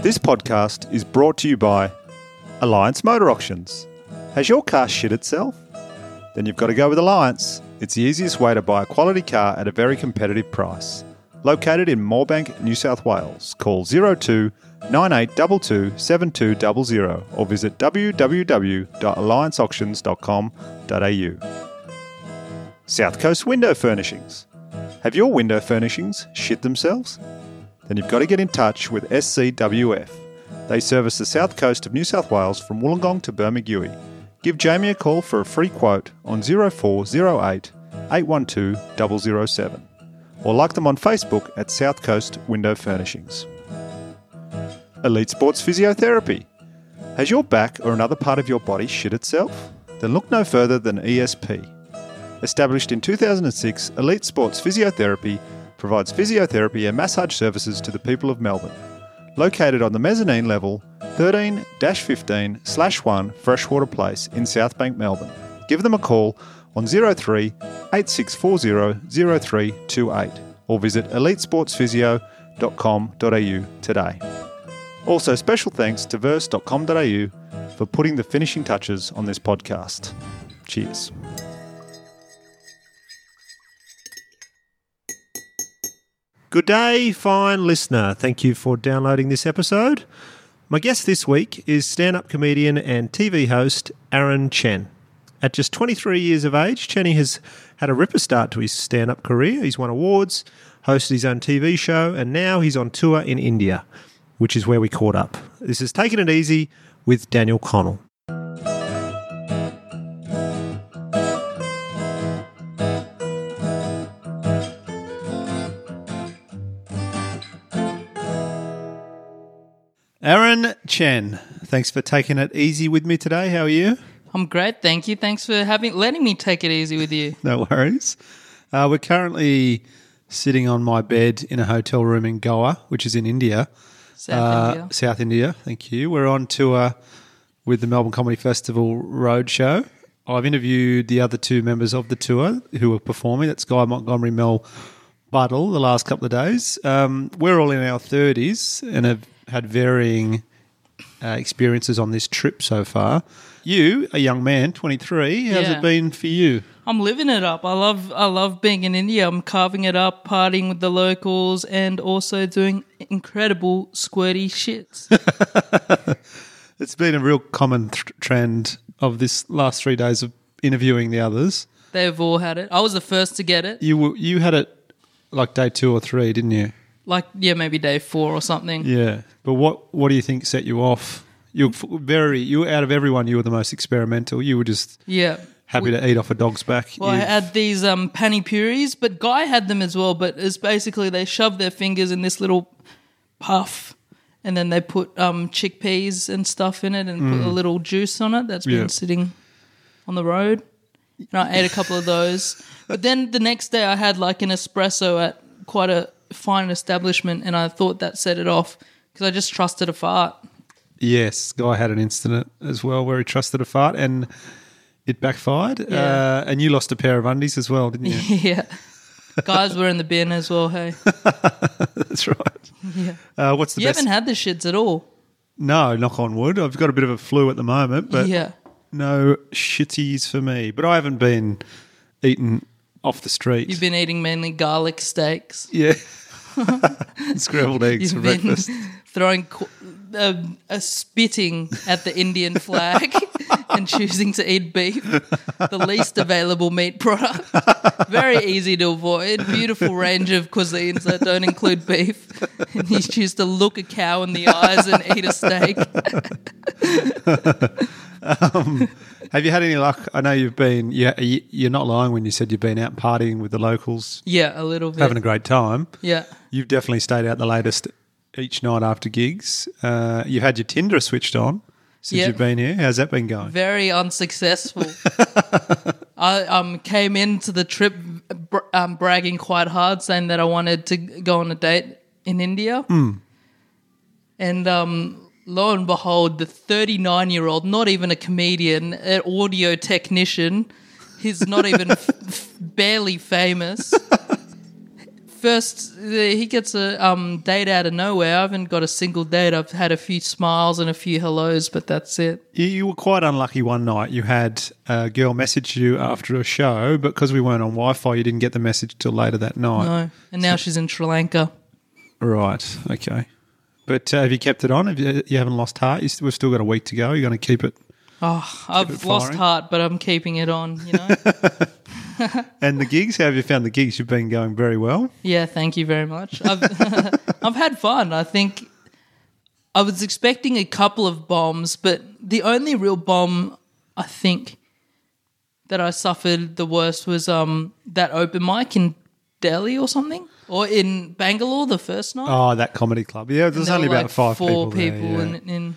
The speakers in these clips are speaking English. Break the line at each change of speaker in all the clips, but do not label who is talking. This podcast is brought to you by Alliance Motor Auctions. Has your car shit itself? Then you've got to go with Alliance. It's the easiest way to buy a quality car at a very competitive price. Located in Moorbank, New South Wales, call 02 9822 7200 or visit www.allianceauctions.com.au. South Coast Window Furnishings. Have your window furnishings shit themselves? then you've got to get in touch with SCWF. They service the south coast of New South Wales from Wollongong to Bermagui. Give Jamie a call for a free quote on 0408 812 007 or like them on Facebook at South Coast Window Furnishings. Elite Sports Physiotherapy. Has your back or another part of your body shit itself? Then look no further than E ESP. Established in 2006, Elite Sports Physiotherapy provides physiotherapy and massage services to the people of Melbourne. Located on the mezzanine level, 13 15 1 Freshwater Place in Southbank, Melbourne. Give them a call on 03 8640 0328 or visit elitesportsphysio.com.au today. Also, special thanks to verse.com.au for putting the finishing touches on this podcast. Cheers. Good day, fine listener. Thank you for downloading this episode. My guest this week is stand up comedian and TV host Aaron Chen. At just 23 years of age, Chenny has had a ripper start to his stand up career. He's won awards, hosted his own TV show, and now he's on tour in India, which is where we caught up. This is Taking It Easy with Daniel Connell. Aaron Chen, thanks for taking it easy with me today. How are you?
I'm great, thank you. Thanks for having letting me take it easy with you.
No worries. Uh, we're currently sitting on my bed in a hotel room in Goa, which is in India,
South
Uh,
India.
South India. Thank you. We're on tour with the Melbourne Comedy Festival Roadshow. I've interviewed the other two members of the tour who are performing. That's Guy Montgomery, Mel Buddle. The last couple of days, um, we're all in our thirties and have had varying uh, experiences on this trip so far. You, a young man, twenty three. How's
Yeah.
it been for you?
I'm living it up. I love I love being in India. I'm carving it up, partying with the locals, and also doing incredible squirty shits.
It's been a real common th- trend of this last three days of interviewing the others.
They've all had it. I was the first to get it.
You were, you had it like day two or three, didn't you?
Like yeah, maybe day four or something.
Yeah. But what what do you think set you off? You were f- very you were- out of everyone. You were the most experimental. You were just
Yeah.
happy to eat off a dog's back.
Well, I
You-
had these um, pani puris, but Guy had them as well. But it's basically they shove their fingers in this little puff, and then they put um, chickpeas and stuff in it, and put a little juice on it that's
Mm. Yeah.
been sitting on the road. And I ate a couple of those. But then the next day, I had like an espresso at quite a fine establishment, and I thought that set it off because I just trusted a fart.
yes, guy had an incident as well where he trusted a fart and it backfired.
Yeah.
Uh, and you lost a pair of undies as well, didn't you?
yeah, guys were in the bin as well. Hey,
That's right.
yeah.
Uh, what's the
you
best?
haven't had the shits at all.
no, knock on wood. I've got a bit of a flu at the moment, but
yeah.
no shitties for me. But I haven't been eaten off the street.
You've been eating mainly garlic steaks.
yeah. Scrambled eggs
You've
for
been
breakfast.
throwing qu- um, a spitting at the Indian flag and choosing to eat beef, the least available meat product. Very easy to avoid. Beautiful range of cuisines that don't include beef. And you choose to look a cow in the eyes and eat a steak.
Have you had any luck? I know you've been. Yeah, you- you're not lying when you said you've been out partying with the locals,
Yeah, a little bit.
having a great time.
yeah.
You've definitely stayed out the latest each night after gigs. Uh, you had your Tinder switched on since
Yeah.
you've been here. How's that been going?
very unsuccessful. I um, came into the trip br- um, bragging quite hard, saying that I wanted to go on a date in India. And um, lo and behold, the 39 year old, not even a comedian, an audio technician, he's not even f- f- barely famous, first he gets a um, date out of nowhere. I haven't got a single date. I've had a few smiles and a few hellos, but that's it.
You, you were quite unlucky one night. You had a girl message you after a show, but because we weren't on Wi Fi, you didn't get the message till later that night.
No, and now she's in Sri Lanka.
Right. Okay. But uh, have you kept it on? Have you, you haven't lost heart? You, st- we've still got a week to go. You're going to keep it.
Oh, I've lost
firing.
heart, but I'm keeping it on. You know.
And the gigs? How have you found the gigs? You've been going very well.
Yeah, thank you very much. I've, I've had fun. I think I was expecting a couple of bombs, but the only real bomb I think that I suffered the worst was um, that open mic in Delhi or something, or in Bangalore the first night.
Oh, that comedy club. Yeah, there's
There
only
were,
about
like,
five
four
people. there, yeah.
in, in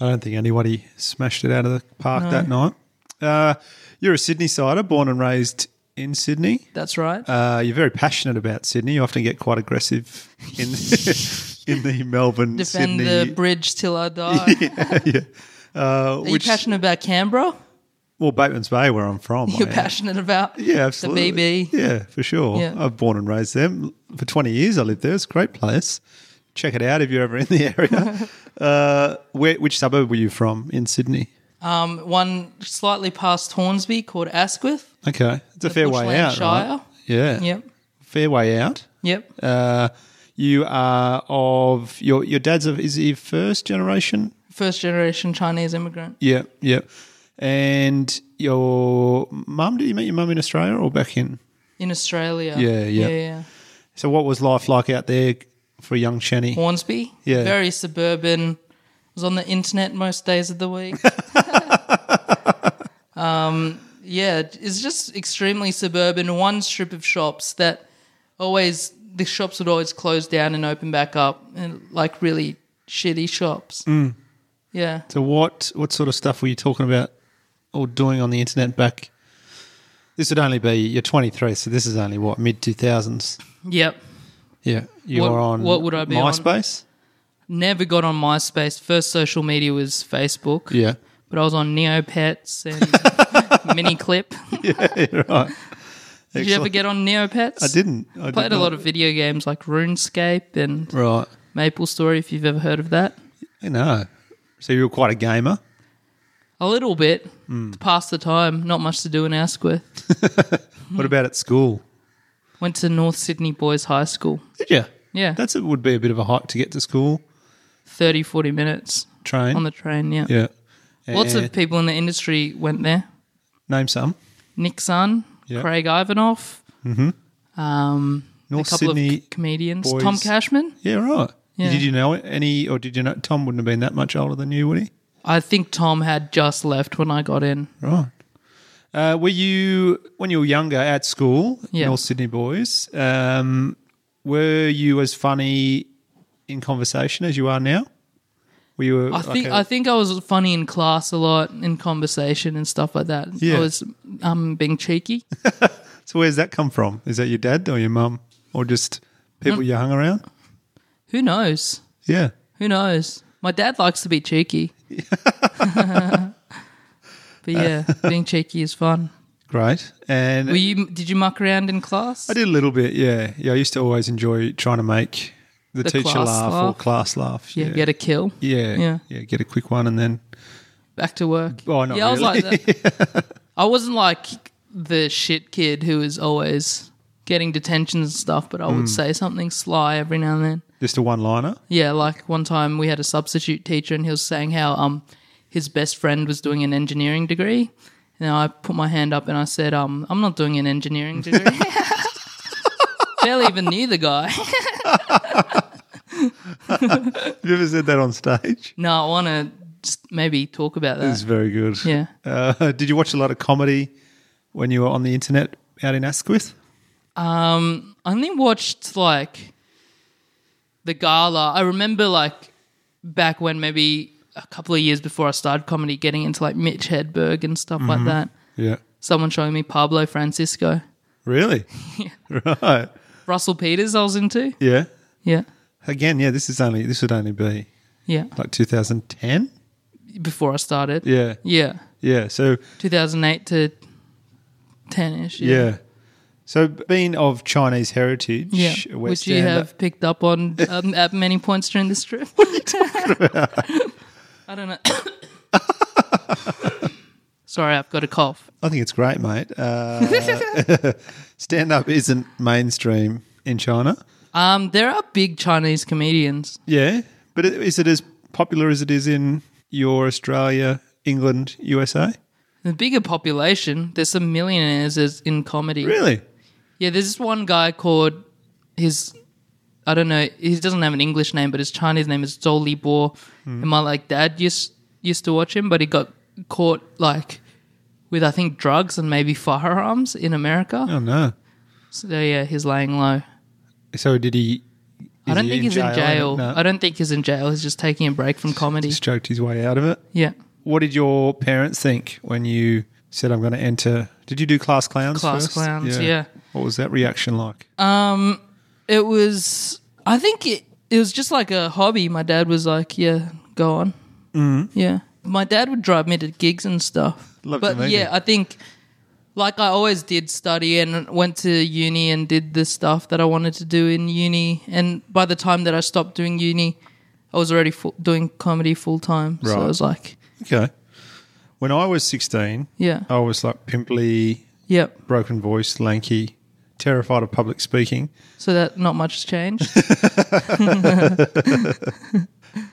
I don't think anybody smashed it out of the park that night. Uh, you're a Sydney sider, born and raised in Sydney.
that's right.
Uh, you're very passionate about Sydney. You often get quite aggressive in in the Melbourne
Defend the
Sydney.
bridge till I die.
uh,
Are you
which
passionate about Canberra?
well, Bateman's Bay, where I'm from.
You're
I am.
passionate about
Yeah, absolutely.
the BB.
Yeah, for sure.
Yeah.
I've born and raised them for 20 years. I lived there. It's a great place. Check it out if you're ever in the area. uh, where, which suburb were you from in Sydney?
Um, one slightly past Hornsby called Asquith.
Okay, it's a fair way
Bushland
out.
Shire.
right? Yeah.
Yep.
Fair way out.
Yep.
Uh, you are of your your dad's of is he first generation?
First generation Chinese immigrant.
Yeah, yeah. And your mum? Did you meet your mum in Australia or back in?
In Australia.
Yeah, yeah.
Yeah, yeah.
So what was life like out there for young Shanny?
Hornsby.
Yeah.
Very suburban. Was on the internet most days of the week. um, yeah, it's just extremely suburban. One strip of shops that always the shops would always close down and open back up, and like really shitty shops.
Mm.
Yeah.
So what what sort of stuff were you talking about or doing on the internet back? This would only be you're 23, so this is only what mid 2000s.
Yep.
Yeah, you
What-
were on
what would I be on?
MySpace?
Never got on MySpace. First social media was Facebook.
Yeah,
but I was on Neopets and Mini Clip.
yeah, right.
Did you ever get on Neopets?
I didn't. I
Played
did
a
not.
lot of video games like RuneScape and
Right.
Maple Story, if you've ever heard of that.
No. So you were quite a gamer.
A little bit
Hmm.
to pass the time. Not much to do in Asquith. Mm-hmm.
What about at school?
Went to North Sydney Boys High School.
Did you?
Yeah,
That's it. Would be a bit of a hike to get to school.
30, 40 minutes
Train.
on the train. Yeah.
yeah.
Lots
And-
of people in the industry went there.
name some
Nick Sun,
Yeah.
Craig Ivanov, mm-hmm. um,
North
a couple
Sydney
of c- comedians.
Boys-
Tom Cashman.
Yeah, right.
Yeah.
Did you know any, or did you know Tom wouldn't have been that much older than you, would he?
I think Tom had just left when I got in.
Right. Uh, were you when you were younger at school,
Yeah.
North Sydney boys? Um, were you as funny in conversation as you are now? Were you? a-
I think
like a-
I think I was funny in class a lot, in conversation and stuff like that.
Yeah.
I was um, being cheeky.
so where's that come from? Is that your dad or your mum, or just people you hung around?
Who knows?
Yeah.
Who knows? My dad likes to be cheeky. but yeah, being cheeky is fun.
Great. And
Were you? Did you muck around in class?
I did a little bit, yeah. Yeah, I used to always enjoy trying to make the,
The
teacher
class
laugh, or
laugh.
class laugh.
Yeah, get a kill.
yeah,
Yeah.
yeah, yeah. Get a quick one and then
Back to work.
Oh, not
yeah, I was
really.
like that. I wasn't like the shit kid who is always getting detentions and stuff, but I would
Hmm.
say something sly every now and then.
just a one liner.
Yeah, like one time we had a substitute teacher and he was saying how um his best friend was doing an engineering degree. And I put my hand up and I said, um, I'm not doing an engineering degree. Barely even knew the guy.
Have you ever said that on stage?
no, I want to maybe talk about that.
It's very good.
yeah.
Uh, did you watch a lot of comedy when you were on the internet out in Asquith?
Um, I only watched like the gala. I remember like back when maybe a couple of years before I started comedy, getting into like Mitch Hedberg and stuff
Mm-hmm.
like that.
Yeah.
Someone showing me Pablo Francisco.
Really? Right.
Russell Peters I was into.
Yeah.
Yeah.
Again, yeah. This is only this would only be
Yeah.
like 2010.
Before I started.
Yeah.
Yeah.
Yeah. So
2008 to 10 ish.
yeah. So, being of Chinese heritage,
Yeah,
West
which you
End-
have picked up on um, at many points during this trip. I don't know. Sorry, I've got a cough.
I think it's great, mate. Uh, stand up isn't mainstream in China.
Um, there are big Chinese comedians.
Yeah, but i- is it as popular as it is in your Australia, England, USA?
The bigger population, there's some millionaires as in comedy.
Really?
Yeah, there's this one guy called his. I don't know. He doesn't have an English name, but his Chinese name is Zhou Li Bo. And my like dad used used to watch him, but he got caught like with I think drugs and maybe firearms in America.
Oh no.
So yeah, he's laying low.
So did he?
I
is
don't
he
think he's in jail.
No,
I don't think he's in jail. He's just taking a break from comedy.
just joked his way out of it.
Yeah.
What did your parents think when you said, "I'm going to enter"? Did you do class clowns?
Class
first?
Clowns, yeah.
What was that reaction like?
It was. I think it. It was just like a hobby. My dad was like, "Yeah, go on." Mm. Yeah. My dad would drive me to gigs and stuff.
Mm-hmm. Love to
but
meet
yeah,
you.
I think like I always did study and went to uni and did the stuff that I wanted to do in uni. And by the time that I stopped doing uni, I was already full, doing comedy full time. So
Right.
I was like,
Okay. When I was 16,
Yeah.
I was like pimply,
"Yep."
broken voice, lanky, terrified of public speaking.
So that not much has changed.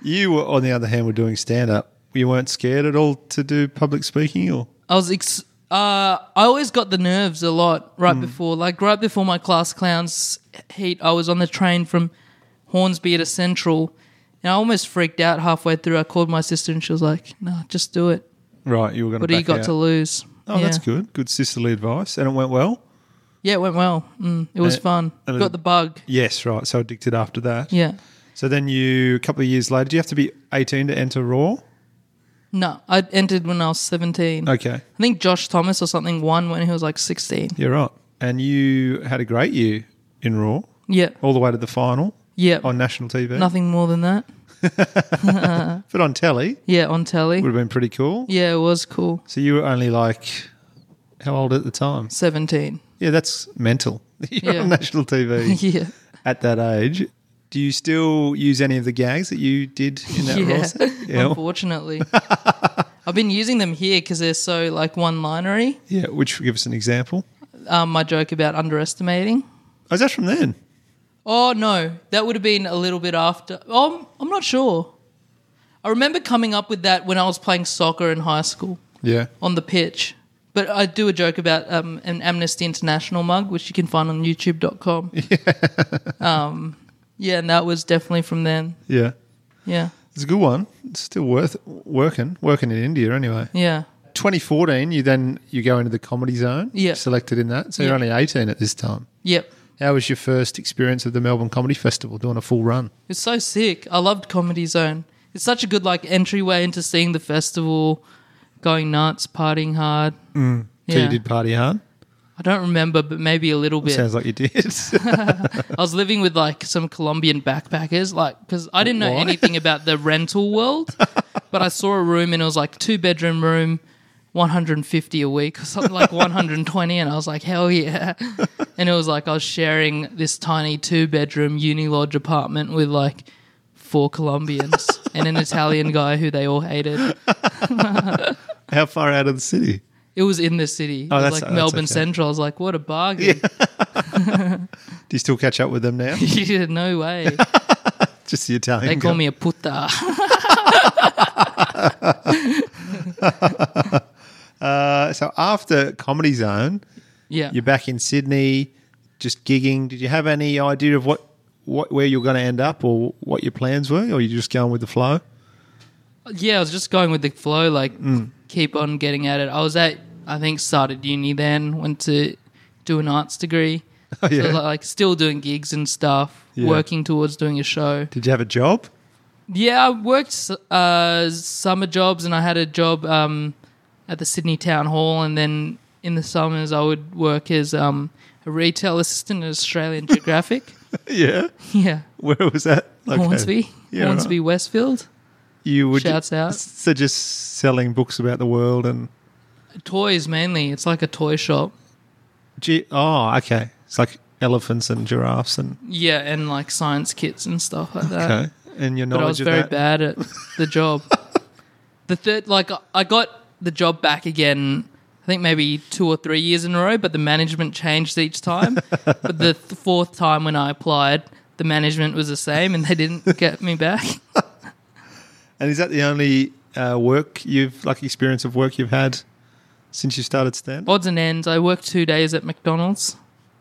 You, on the other hand, were doing stand up. You weren't scared at all to do public speaking, or
I was ex- uh, I always got the nerves a lot right
Hmm.
before, like right before my class clowns heat. I was on the train from Hornsby to Central, and I almost freaked out halfway through. I called my sister, and she was like, "No, just do it.
right? You were going to.
What do you got to lose?"
Oh,
yeah.
that's good. Good sisterly advice, and it went well.
Yeah, it went well. Mm, it was
And it-
fun.
and it-
got the bug.
Yes, right. So addicted after that.
Yeah.
So then you, a couple of years later, do you have to be 18 to enter Raw?
No, I entered when I was seventeen.
Okay,
I think Josh Thomas or something won when he was like sixteen.
you're right. And you had a great year in Raw,
Yeah.
all the way to the final
Yeah.
Oh, on national TV.
Nothing more than that.
But on telly,
Yeah, on telly.
would have been pretty cool.
Yeah, it was cool.
So you were only like how old at the time?
Seventeen.
Yeah, that's mental. You're
Yeah.
on national TV
yeah.
at that age. Do you still use any of the gags that you did in that role? set? Yeah.
Unfortunately, I've been using them here because they're so like one-linery.
yeah, which give us an example.
Um, my joke about underestimating.
Oh, is that from then?
Oh no, that would have been a little bit after. Um, I'm not sure. I remember coming up with that when I was playing soccer in high school
Yeah.
on the pitch. But I do a joke about um, an Amnesty International mug, which you can find on YouTube.com. Yeah. Um, yeah, and that was definitely from then.
Yeah.
Yeah,
It's a good one. It's still worth working, working in India anyway.
yeah,
2014, you then you go into the comedy zone.
Yeah.
Selected in that. So you're
Yeah.
only 18 at this time.
yep.
How was your first experience of the Melbourne Comedy Festival doing a full run?
It's so sick. I loved Comedy Zone. It's such a good like entryway into seeing the festival, going nuts, partying hard. Yeah.
Mm. So you did party hard?
I don't remember, but maybe a little bit.
Sounds like you did.
I was living with like some Colombian backpackers, like because I didn't know
Why?
anything about the rental world, but I saw a room and it was like two bedroom room, one hundred and fifty a week or something like one hundred and twenty, and I was like hell yeah, and it was like I was sharing this tiny two bedroom uni lodge apartment with like four Colombians and an Italian guy who they all hated.
How far out of the city?
It was in the
Oh,
city, it was
that's-
like
that's
Melbourne
okay.
Central. I was like, what a bargain!
Do you still catch up with them now?
no way.
Just the Italian.
They call
guy.
me a puta.
Uh, so after Comedy Zone,
yeah.
you're back in Sydney, just gigging. Did you have any idea of what, what where you're going to end up or what your plans were, or you just going with the flow?
Yeah, I was just going with the flow, like
Mm.
keep on getting at it. I was at, I think, started uni then, went to do an arts degree.
Oh, yeah.
So, like, like, still doing gigs and stuff,
Yeah.
working towards doing a show.
Did you have a job?
Yeah, I worked uh, summer jobs and I had a job um, at the Sydney Town Hall. And then in the summers, I would work as um, a retail assistant at Australian Geographic.
yeah.
Yeah,
Where was that? Okay.
Hornsby,
Yeah, right.
Hornsby, Westfield.
You would
Shouts out.
So just selling books about the world and
Toys mainly. It's like a toy shop.
Gee, oh, okay. It's like elephants and giraffes and
Yeah, and like science kits and stuff like that.
okay. And your
But I
knowledge
was very
of that.
bad at the job. the third, like, I- I got the job back again. I think maybe two or three years in a row, but the management changed each time. but the th- fourth time when I applied, the management was the same, and they didn't get me back.
And is that the only uh, work you've like experience of work you've had since you started stand?
Odds and ends. I worked two days at McDonald's.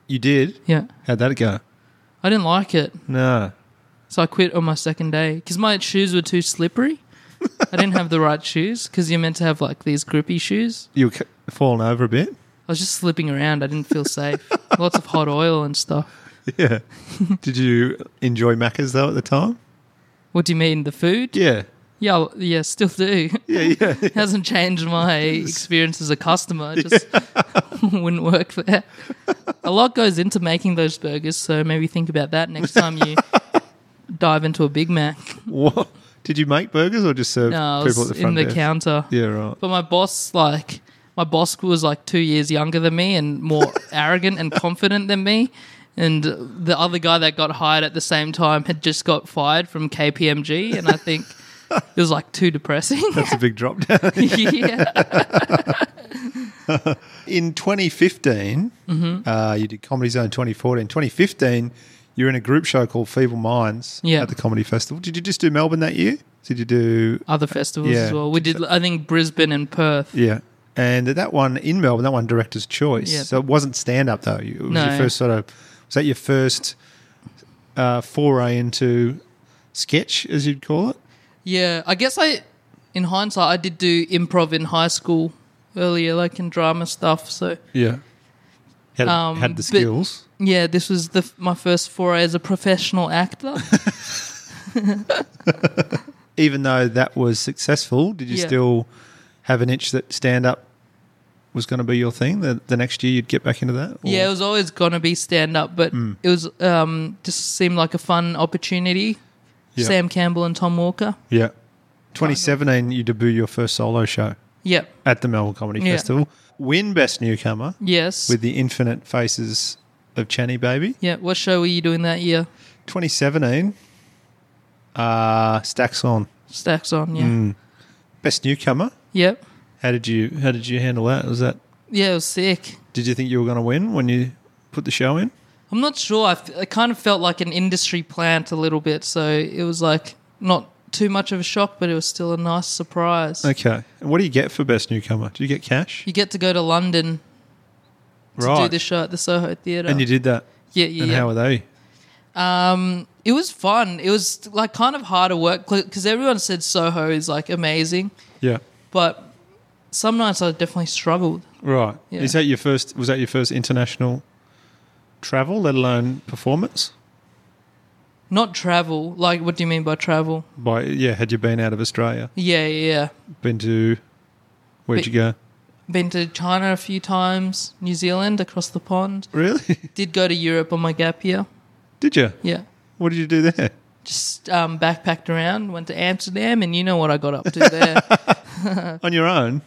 You did.
Yeah,
How'd that go?
I didn't like it,
No.
so I quit on my second day because my shoes were too slippery. I didn't have the right shoes because you're meant to have like these grippy shoes.
You were ca- falling over a bit.
I was just slipping around. I didn't feel safe. Lots of hot oil and stuff.
Yeah. did you enjoy Macca's though at the time?
What do you mean, the food?
Yeah.
Yeah, I'll- yeah, still do.
Yeah. Yeah.
It hasn't changed my experience as a customer. It just wouldn't work there. A lot goes into making those burgers, so maybe think about that next time you dive into a Big Mac.
What? Did you make burgers or just serve
No, I
people
was
at the
in
front
the
desk?
counter.
Yeah, right.
But my boss, like, my boss was like two years younger than me and more arrogant and confident than me. And the other guy that got hired at the same time had just got fired from KPMG. And I think it was like too depressing.
That's a big drop down.
yeah.
In 2015, uh, you did Comedy Zone 2014. 2015, you're in a group show called Feeble Minds
Yeah.
at the Comedy Festival. Did you just do Melbourne that year? Did you do.
Other festivals
Yeah.
as well. We did, I think, Brisbane and Perth.
Yeah. And that one in Melbourne, that one director's choice.
Yeah.
So it wasn't stand up though. You- It was your
No.
first sort of. Was that your first uh, foray into sketch, as you'd call it?
Yeah. I guess I, in hindsight, I did do improv in high school earlier, like in drama stuff. So,
Yeah. Had,
Um,
had the
but-
skills.
yeah, this was the, my first foray as a professional actor.
even though that was successful, did you
Yeah.
still have an itch that stand up was going to be your thing? The, the next year you'd get back into that? Or- Hmm.
Yeah, it was always gonna be stand up, but it was um, just seemed like a fun opportunity.
Yeah.
Sam Campbell and Tom Walker.
yeah. 2017, you debut your first solo show
Yep.
at the Melbourne Comedy
Yeah.
Festival. Win Best Newcomer
Yes.
with the Infinite Faces of Channy Baby.
yeah. What show were you doing that year?
2017, uh, Stacks On.
Stacks on. Yeah.
Hmm. Best Newcomer.
Yep.
How did you How did you handle that? Was that
Yeah, it was sick.
Did you think you were going to win when you put the show in?
I'm not sure. I, f- I kind of felt like an industry plant a little bit, so it was like not too much of a shock, but it was still a nice surprise.
Okay. And what do you get for Best Newcomer? Do you get cash?
You get to go to London to do the show at the Soho Theatre.
And you did that.
yeah, yeah,
And
yeah.
how were they?
It was fun. It was like kind of hard to work because everyone said Soho is like amazing,
Yeah.
but some nights I definitely struggled.
Right.
Yeah.
Is that your first was that your first international travel, let alone performance?
Not travel. Like, what do you mean by travel?
By yeah, had you been out of Australia?
Yeah, yeah, yeah.
Been to where'd
Bit-
you go?
Been to China a few times, New Zealand across the pond.
Really?
Did go to Europe on my gap year.
did you?
Yeah.
What did you do there?
Just um, backpacked around, went to Amsterdam, and you know what I got up to there. Uh.
On your own?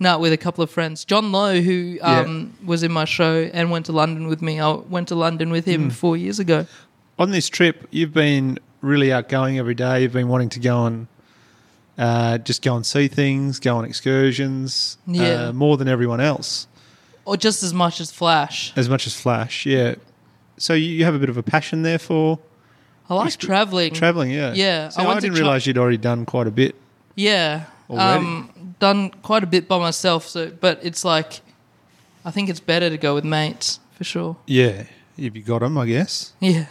No, with a couple of friends. John Lowe, who
Yeah.
um, was in my show and went to London with me. I went to London with him four years ago.
On this trip, you've been really outgoing every day. You've been wanting to go and uh, just go and see things, go on excursions,
Yeah.
uh, more than everyone else.
Or just as much as Flash.
as much as Flash. Yeah. So you, you have a bit of a passion there for
I like traveling.
traveling, yeah.
Yeah,
So
I
I,
went to
didn't
Chi-
realize you'd already done quite a bit.
yeah.
Already.
Um, done quite a bit by myself. So, but it's like, I think it's better to go with mates for sure.
Yeah. If you got them, I guess.
Yeah,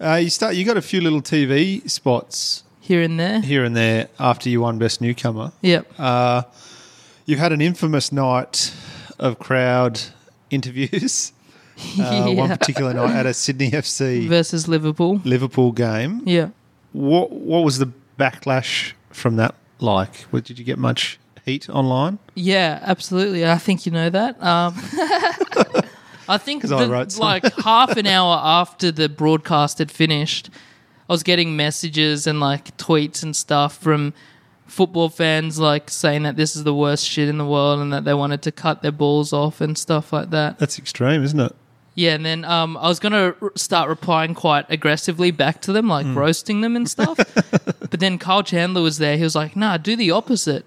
Uh, you start. You got a few little TV spots
here and there.
here and there after you won Best Newcomer.
Yep.
Uh, you've had an infamous night of crowd interviews. Uh, One
yeah.
particular night at a Sydney FC
Versus Liverpool.
Liverpool game.
Yeah.
What What was the backlash from that like? What, did you get much heat online?
Yeah, absolutely. I think you know that. Um, I think
'Cause I
the-
wrote some.
like half an hour after the broadcast had finished, I was getting messages and like tweets and stuff from football fans like saying that this is the worst shit in the world and that they wanted to cut their balls off and stuff like that.
That's extreme, isn't it?
Yeah, and then um, I was going to r- start replying quite aggressively back to them, like roasting them and stuff. but then Kyle Chandler was there. He was like, nah, do the opposite.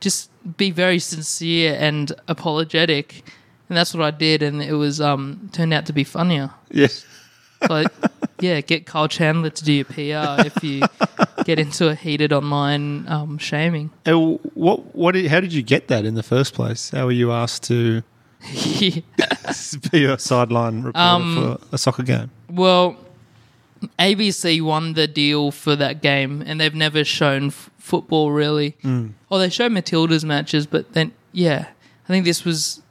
Just be very sincere and apologetic. And that's what I did. And it was um, turned out to be funnier.
Yes.
But yeah, get Kyle Chandler to do your PR if you get into a heated online um, shaming.
And what? What? Did, how did you get that in the first place? How were you asked to
Yeah.
be a sideline reporter
Um,
for a soccer game?
Well, ABC won the deal for that game, and they've never shown f- football really. Mm. Oh, they show Matilda's matches, but then yeah, I think this was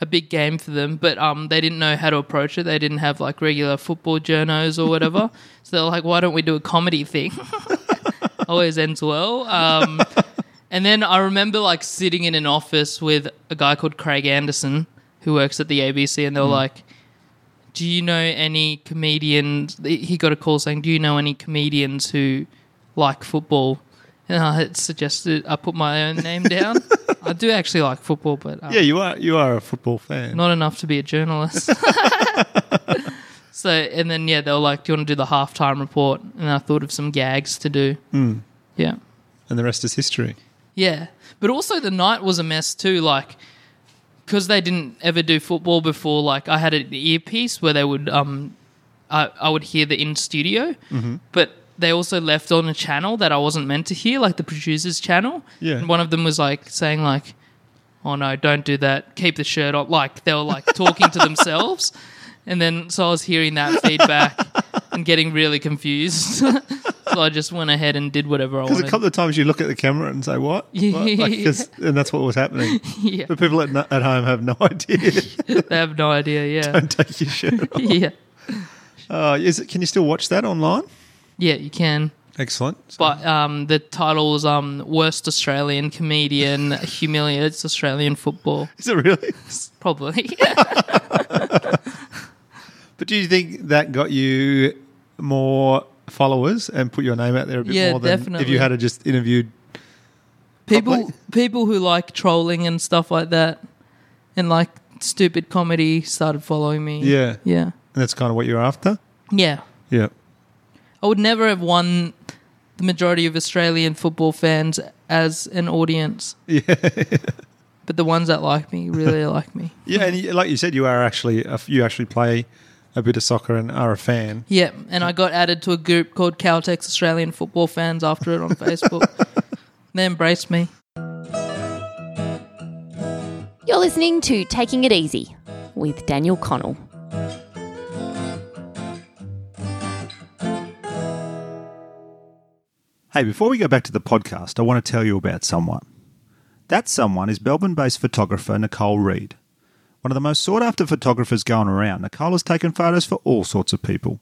a big game for them. But um, they didn't know how to approach it. They didn't have like regular football journos or whatever. so they're like, why don't we do a comedy thing? Always ends well. Um, and then I remember like sitting in an office with a guy called Craig Anderson who works at the ABC, and they were like do you know any comedians? He got a call saying, do you know any comedians who like football? And I had suggested I put my own name down. I do actually like football, but uh,
Yeah, you are. You are a football fan.
not enough to be a journalist. so, and then, yeah, they were like, do you want to do the halftime report? And I thought of some gags to do. Yeah.
and the rest is history.
Yeah. But also the night was a mess too. Like, because they didn't ever do football before, like, I had an earpiece where they would, um, I, I would hear the in studio, but they also left on a channel that I wasn't meant to hear, like the producer's channel.
Yeah.
And one of them was like saying, like, oh no, don't do that. Keep the shirt on. Like, they were like talking to themselves. And then, so I was hearing that feedback and getting really confused. so I just went ahead and did whatever I
Because
wanted.
a couple of times you look at the camera and say, "What?"
Yeah.
What? Like, 'cause- and that's what was happening.
yeah.
But people at, at home have no idea.
They have no idea. Yeah.
Don't take your shirt. off.
yeah.
Uh, is it? Can you still watch that online?
Yeah, you can.
Excellent.
But um, the title was um, Worst Australian Comedian Humiliates Australian Football.
Is it really?
Probably.
But do you think that got you more followers and put your name out there a bit
Yeah,
more than if
definitely.
you had just interviewed?
people
Probably.
people who like trolling and stuff like that and like stupid comedy started following me.
Yeah.
Yeah.
And that's kind of what you're after.
Yeah.
Yeah.
I would never have won the majority of Australian football fans as an audience. Yeah. but the ones that like me really like me.
Yeah, and you, like you said, you are actually a, you actually play a bit of soccer and are a fan.
Yeah, and I got added to a group called Caltex Australian Football Fans after it on Facebook. they embraced me.
You're listening to Taking It Easy with Daniel Connell.
Hey, before we go back to the podcast, I want to tell you about someone. That someone is Melbourne based photographer Nicole Reed. One of the most sought after photographers going around, Nicole has taken photos for all sorts of people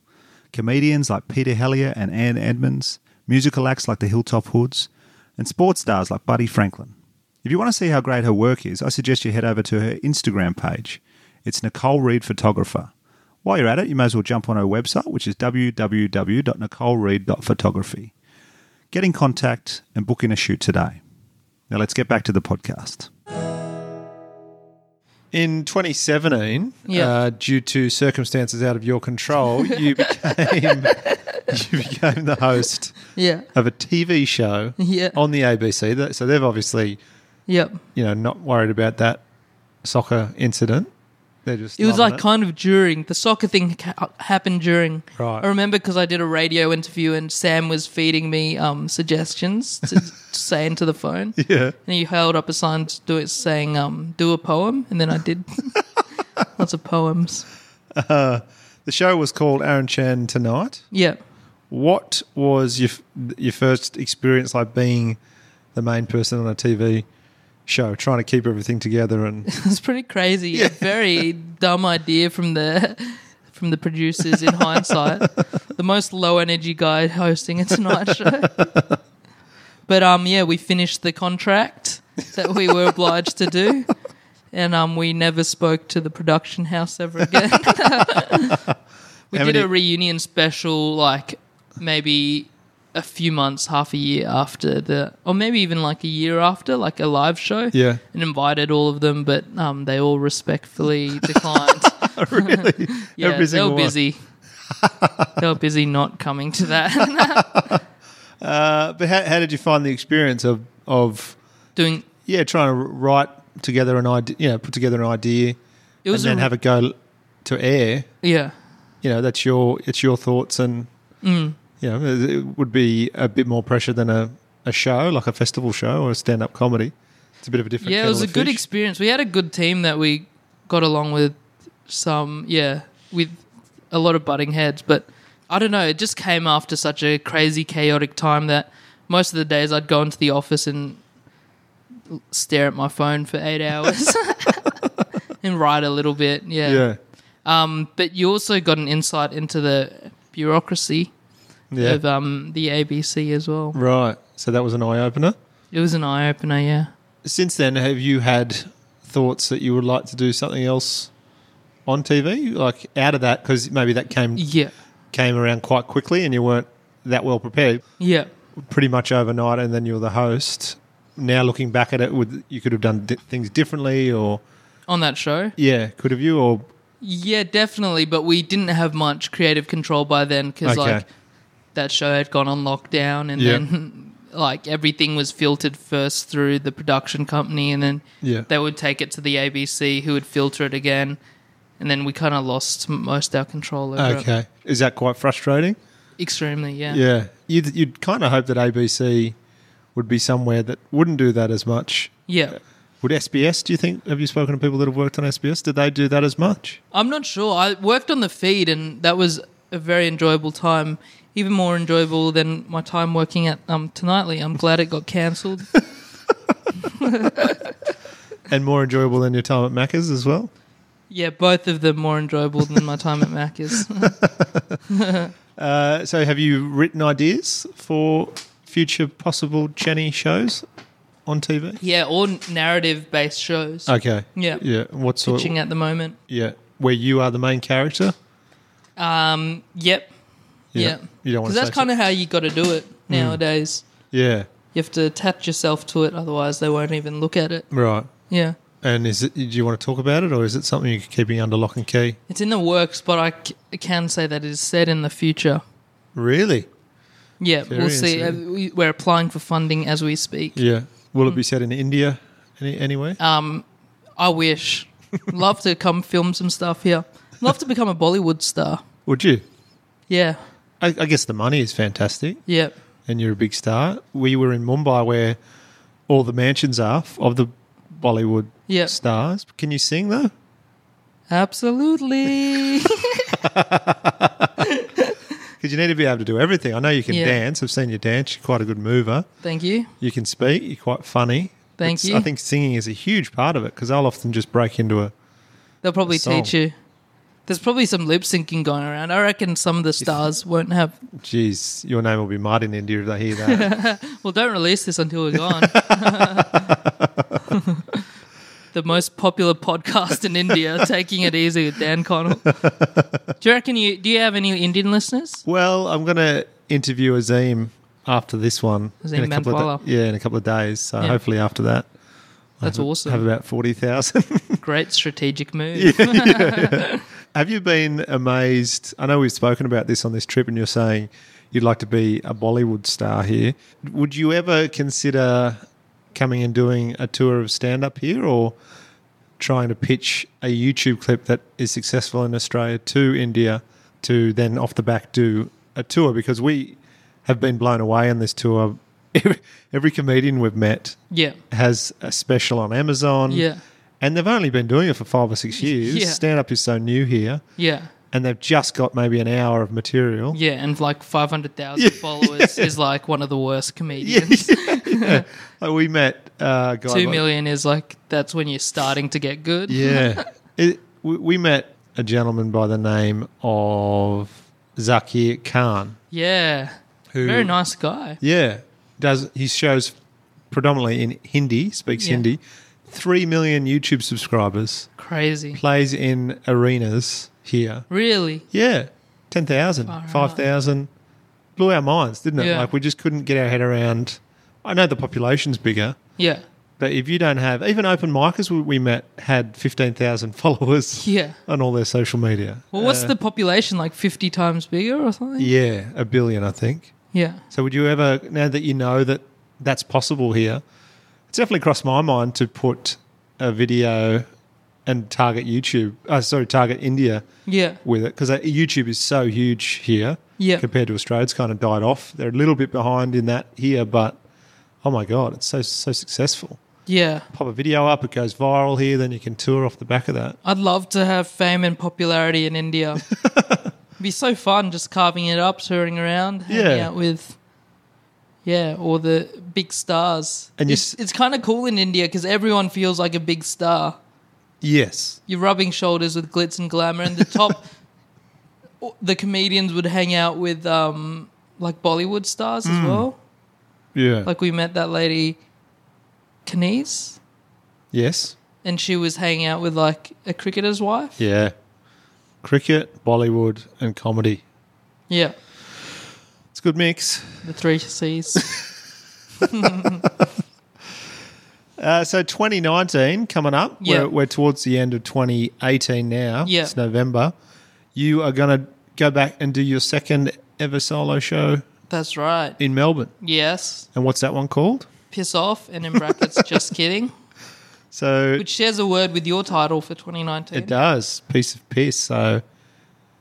comedians like Peter Hellier and Ann Edmonds, musical acts like the Hilltop Hoods, and sports stars like Buddy Franklin. If you want to see how great her work is, I suggest you head over to her Instagram page. It's Nicole Reed Photographer. While you're at it, you may as well jump on her website, which is www.nicolereed.photography get in contact and book in a shoot today. Now let's get back to the podcast.
In 2017,
Yeah.
uh, due to circumstances out of your control, you became you became the host
Yeah.
of a TV show
Yeah.
on the ABC. That- So they've obviously
Yep.
you know not worried about that soccer incident. They're just
It was
loving
like kind of during the soccer thing ca- happened during.
Right.
I remember because I did a radio interview and Sam was feeding me um, suggestions to, to say into the phone.
yeah.
And he held up a sign to do it saying, um, "Do a poem," and then I did lots of poems.
The show was called Aaron Chan Tonight.
Yeah.
What was your f- your first experience like being the main person on a TV show, trying to keep everything together? And
It's pretty crazy. A very dumb idea from the from the producers in hindsight. The most low energy guy hosting a tonight show. But um yeah, we finished the contract that we were obliged to do. And um we never spoke to the production house ever again. we
How
did
many-
a reunion special like maybe a few months, half a year after the, or maybe even like a year after, like a live show.
Yeah.
And invited all of them, but um, they all respectfully declined.
really?
yeah,
Every
they
single
were
one.
busy. they were busy not coming to that.
Uh, but how, how did you find the experience of, of
Doing
yeah, trying to write together an idea, you know, put together an idea
it was
and then
a,
have it go to air?
yeah.
You know, that's your it's your thoughts and
Mm.
you know, it- it would be a bit more pressure than a, a show like a festival show or a stand-up comedy. It's a bit of a different
Yeah, it
kettle
was a
of
good
fish.
experience. We had a good team that we got along with some, yeah, with a lot of butting heads. But I don't know, it just came after such a crazy, chaotic time that most of the days I'd go into the office and l- stare at my phone for eight hours and write a little bit. Yeah.
Yeah.
Um, but you also got an insight into the bureaucracy
Yeah.
of um, the ABC as well.
Right. So that was an eye opener.
It was an eye opener, yeah.
Since then, have you had thoughts that you would like to do something else on TV, like out of that? Because maybe that came
Yeah.
came around quite quickly, and you weren't that well prepared.
Yeah.
Pretty much overnight, and then you're the host. Now looking back at it, would you could have done di- things differently, or
On that show.
yeah, could have you, or
Yeah, definitely. But we didn't have much creative control by then because
Okay.
like that show had gone on lockdown, and
Yeah.
then like everything was filtered first through the production company, and then
Yeah.
they would take it to the ABC, who would filter it again, and then we kind of lost m- most our control over it.
okay, is that quite frustrating?
Extremely, yeah.
Yeah, you'd you'd kind of hope that ABC would be somewhere that wouldn't do that as much.
Yeah.
Would SBS? Do you think? Have you spoken to people that have worked on SBS? Did they do that as much?
I'm not sure. I worked on the feed, and that was a very enjoyable time. Even more enjoyable than my time working at um, Tonightly. I'm glad it got cancelled.
And more enjoyable than your time at Macca's as well.
Yeah, both of them more enjoyable than my time at Mac is.
Uh, so, have you written ideas for future possible Jenny shows on TV?
yeah, all narrative based shows.
Okay.
Yeah.
Yeah. What sort?
Pitching at the moment.
Yeah. Where you are the main character.
Yep. Yeah.
You don't want
Because
to.
that's kind of how you got to do it nowadays.
Yeah.
You have to attach yourself to it, otherwise they won't even look at it.
Right.
Yeah.
And is it? Do you want to talk about it, or is it something you're keeping under lock and key?
It's in the works, but I c- I can say that it is set in the future.
Really?
Yeah, we'll see. Uh,
interesting.
we- We're applying for funding as we speak.
Yeah. Will
Mm.
it be set in India? Any, anyway.
Uh. I wish. Love to come film some stuff here. Love to become a Bollywood star.
Would you?
Yeah.
I, I guess the money is fantastic.
Yeah.
and you're a big star. We were in Mumbai where all the mansions are f- of the Bollywood
Yep.
stars. Can you sing though?
Absolutely.
Because you need to be able to do everything. I know you can
Yeah.
dance. I've seen you dance. You're quite a good mover.
Thank you.
You can speak. You're quite funny.
Thank
It's-
you.
I think singing is a huge part of it because I'll often just break into a.
They'll probably
song.
teach you. There's probably some lip syncing going around. I reckon some of the stars won't have.
Geez, your name will be mud in India if they hear that.
Well, don't release this until we're gone. the most popular podcast in India, taking it easy with Dan Connell. Do you reckon you? Do you have any Indian listeners?
well, I'm going to interview Azim after this one.
Azim
in a couple
Manfala.
of da- yeah, in a couple of days. So
Yeah.
hopefully after that,
That's
have
awesome.
about forty thousand.
Great strategic move.
Have you been amazed? I know we've spoken about this on this trip, and you're saying you'd like to be a Bollywood star here. Would you ever consider coming and doing a tour of stand up here or trying to pitch a YouTube clip that is successful in Australia to India to then off the back do a tour? Because we have been blown away on this tour. Every comedian we've met
Yeah.
has a special on Amazon.
Yeah.
And they've only been doing it for five or six years.
Yeah.
Stand up is so new here.
Yeah.
And they've just got maybe an hour of material.
Yeah, and like 500,000 followers is like one of the worst comedians.
Like we met uh, a guy.
Two
like-
million is like, that's when you're starting to get good.
Yeah. It, we, we met a gentleman by the name of Zakir Khan.
Yeah.
Who-
Very nice guy.
Yeah. Does he shows predominantly in Hindi, speaks
Yeah.
Hindi. Three million YouTube subscribers,
Crazy.
plays in arenas here.
Really?
Yeah, 10,000,
Far out.
5,000. blew our minds, didn't it?
Yeah.
Like we just couldn't get our head around. I know the population's bigger,
Yeah.
but if you don't have even open micers we- we met had fifteen thousand followers
Yeah.
on all their social media.
Well, what's
Uh,
the population like? Fifty times bigger or something?
yeah a billion? I think.
Yeah.
So would you ever now that you know that that's possible here? It's definitely crossed my mind to put a video and target YouTube. Uh, sorry, target India
Yeah.
with it because YouTube is so huge here
Yeah.
compared to Australia. It's kind of died off. They're a little bit behind in that here, but oh my god, it's so so successful.
Yeah.
Pop a video up, it goes viral here. Then you can tour off the back of that.
I'd love to have fame and popularity in India. It'd be so fun just carving it up, touring around, hanging
Yeah.
out with, yeah, all the big stars.
And you
it's,
s-
it's kind of cool in India because everyone feels like a big star.
Yes,
You're rubbing shoulders with glitz and glamour, and the top, the comedians would hang out with um, like Bollywood stars as
Mm.
well.
yeah,
Like we met that lady, Kaniz,
yes,
and she was hanging out with like a cricketer's wife.
yeah. Cricket, Bollywood, and comedy.
yeah.
It's a good mix.
The three C's.
Uh, so 2019 coming up.
Yeah.
We're, we're towards the end of 2018 now.
Yeah.
It's November. You are going to go back and do your second ever solo show
That's right.
in Melbourne.
Yes.
And what's that one called?
Piss off and in brackets just kidding.
So
Which shares a word with your title for twenty
it
nineteen.
does. Piece of piss. So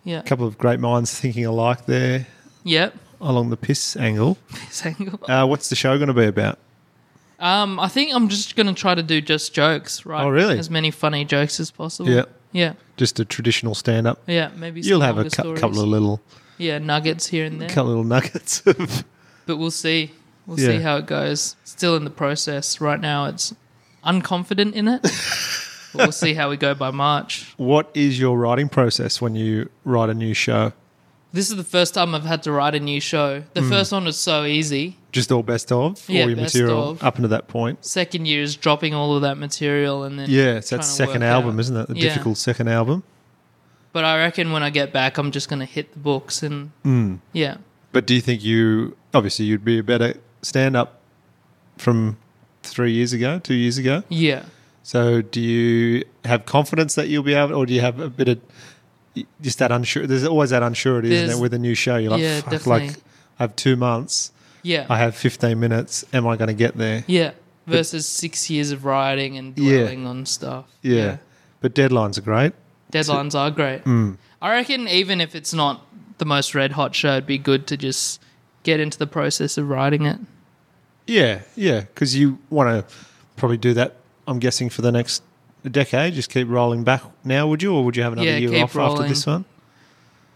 Yeah.
a couple of great minds thinking alike there
Yep.
along the piss angle.
Piss angle.
Uh, what's the show going to be about?
Um, I think I'm just gonna try to do just jokes, right?
Oh, really?
As many funny jokes as possible.
Yeah.
Yeah.
Just a traditional stand up.
Yeah. Maybe Mm. some
You'll have a
longer
cou-
stories.
couple of little
yeah nuggets here and there,
couple little nuggets of
but we'll see. We'll
Yeah.
see how it goes. Still in the process right now. It's unconfident in it. but we'll see how we go by March.
what is your writing process when you write a new show?
This is the first time I've had to write a new show. The
Hmm.
first one was so easy.
Just all best of,
Yeah,
all your
best
material
of.
up until that point.
second year is dropping all of that material and then
Yeah, it's
trying
that
to
second
work
album,
out.
isn't it? The
Yeah.
difficult second album.
But I reckon when I get back, I'm just going to hit the books and
Hmm.
yeah,
But do you think you obviously you'd be a better stand up from three years ago, two years ago?
yeah.
So do you have confidence that you'll be able, or do you have a bit of just that unsure? There's always that unsurety, isn't
There's-
it, with a new show? You're like,
Yeah,
Fuck,
definitely.
like I have two months,
Yeah.
I have 15 minutes. Am I going to get there?
yeah. Versus six years of writing and
Yeah.
dwelling on stuff.
Yeah. But deadlines are great.
Deadlines are great.
Hmm.
I reckon even if it's not the most red hot show, it'd be good to just get into the process of writing it.
Yeah, yeah, because you want to probably do that. I'm guessing for the next decade, just keep rolling back. Now, would you, or would you have another
Yeah,
year
keep
off after
rolling.
this one?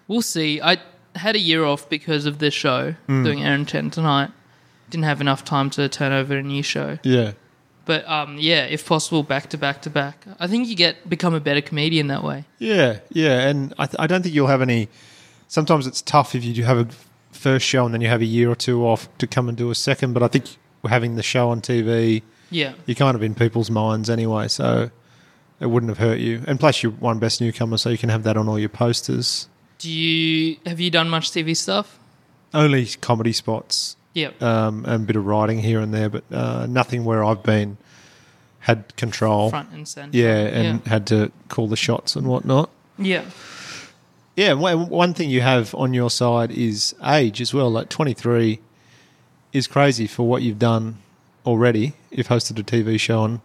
We'll see. I had a year off because of this show,
Hmm.
doing Aaron Chen tonight. Didn't have enough time to turn over a new show.
Yeah,
But um, yeah, if possible, back to back to back. I think you get become a better comedian that way.
yeah, yeah. And I, th- I don't think you'll have any. Sometimes it's tough if you do have a first show and then you have a year or two off to come and do a second. But I think having the show on TV,
Yeah,
you're kind of in people's minds anyway, so it wouldn't have hurt you. And plus, you won Best Newcomer, so you can have that on all your posters.
Do you have you done much TV stuff?
Only comedy spots.
Yeah,
um, and a bit of writing here and there, but uh, nothing where I've been had control.
front and center.
Yeah, and had to call the shots and whatnot.
yeah,
Yeah, and one- one thing you have on your side is age as well. Like 23 is crazy for what you've done already. You've hosted a TV show and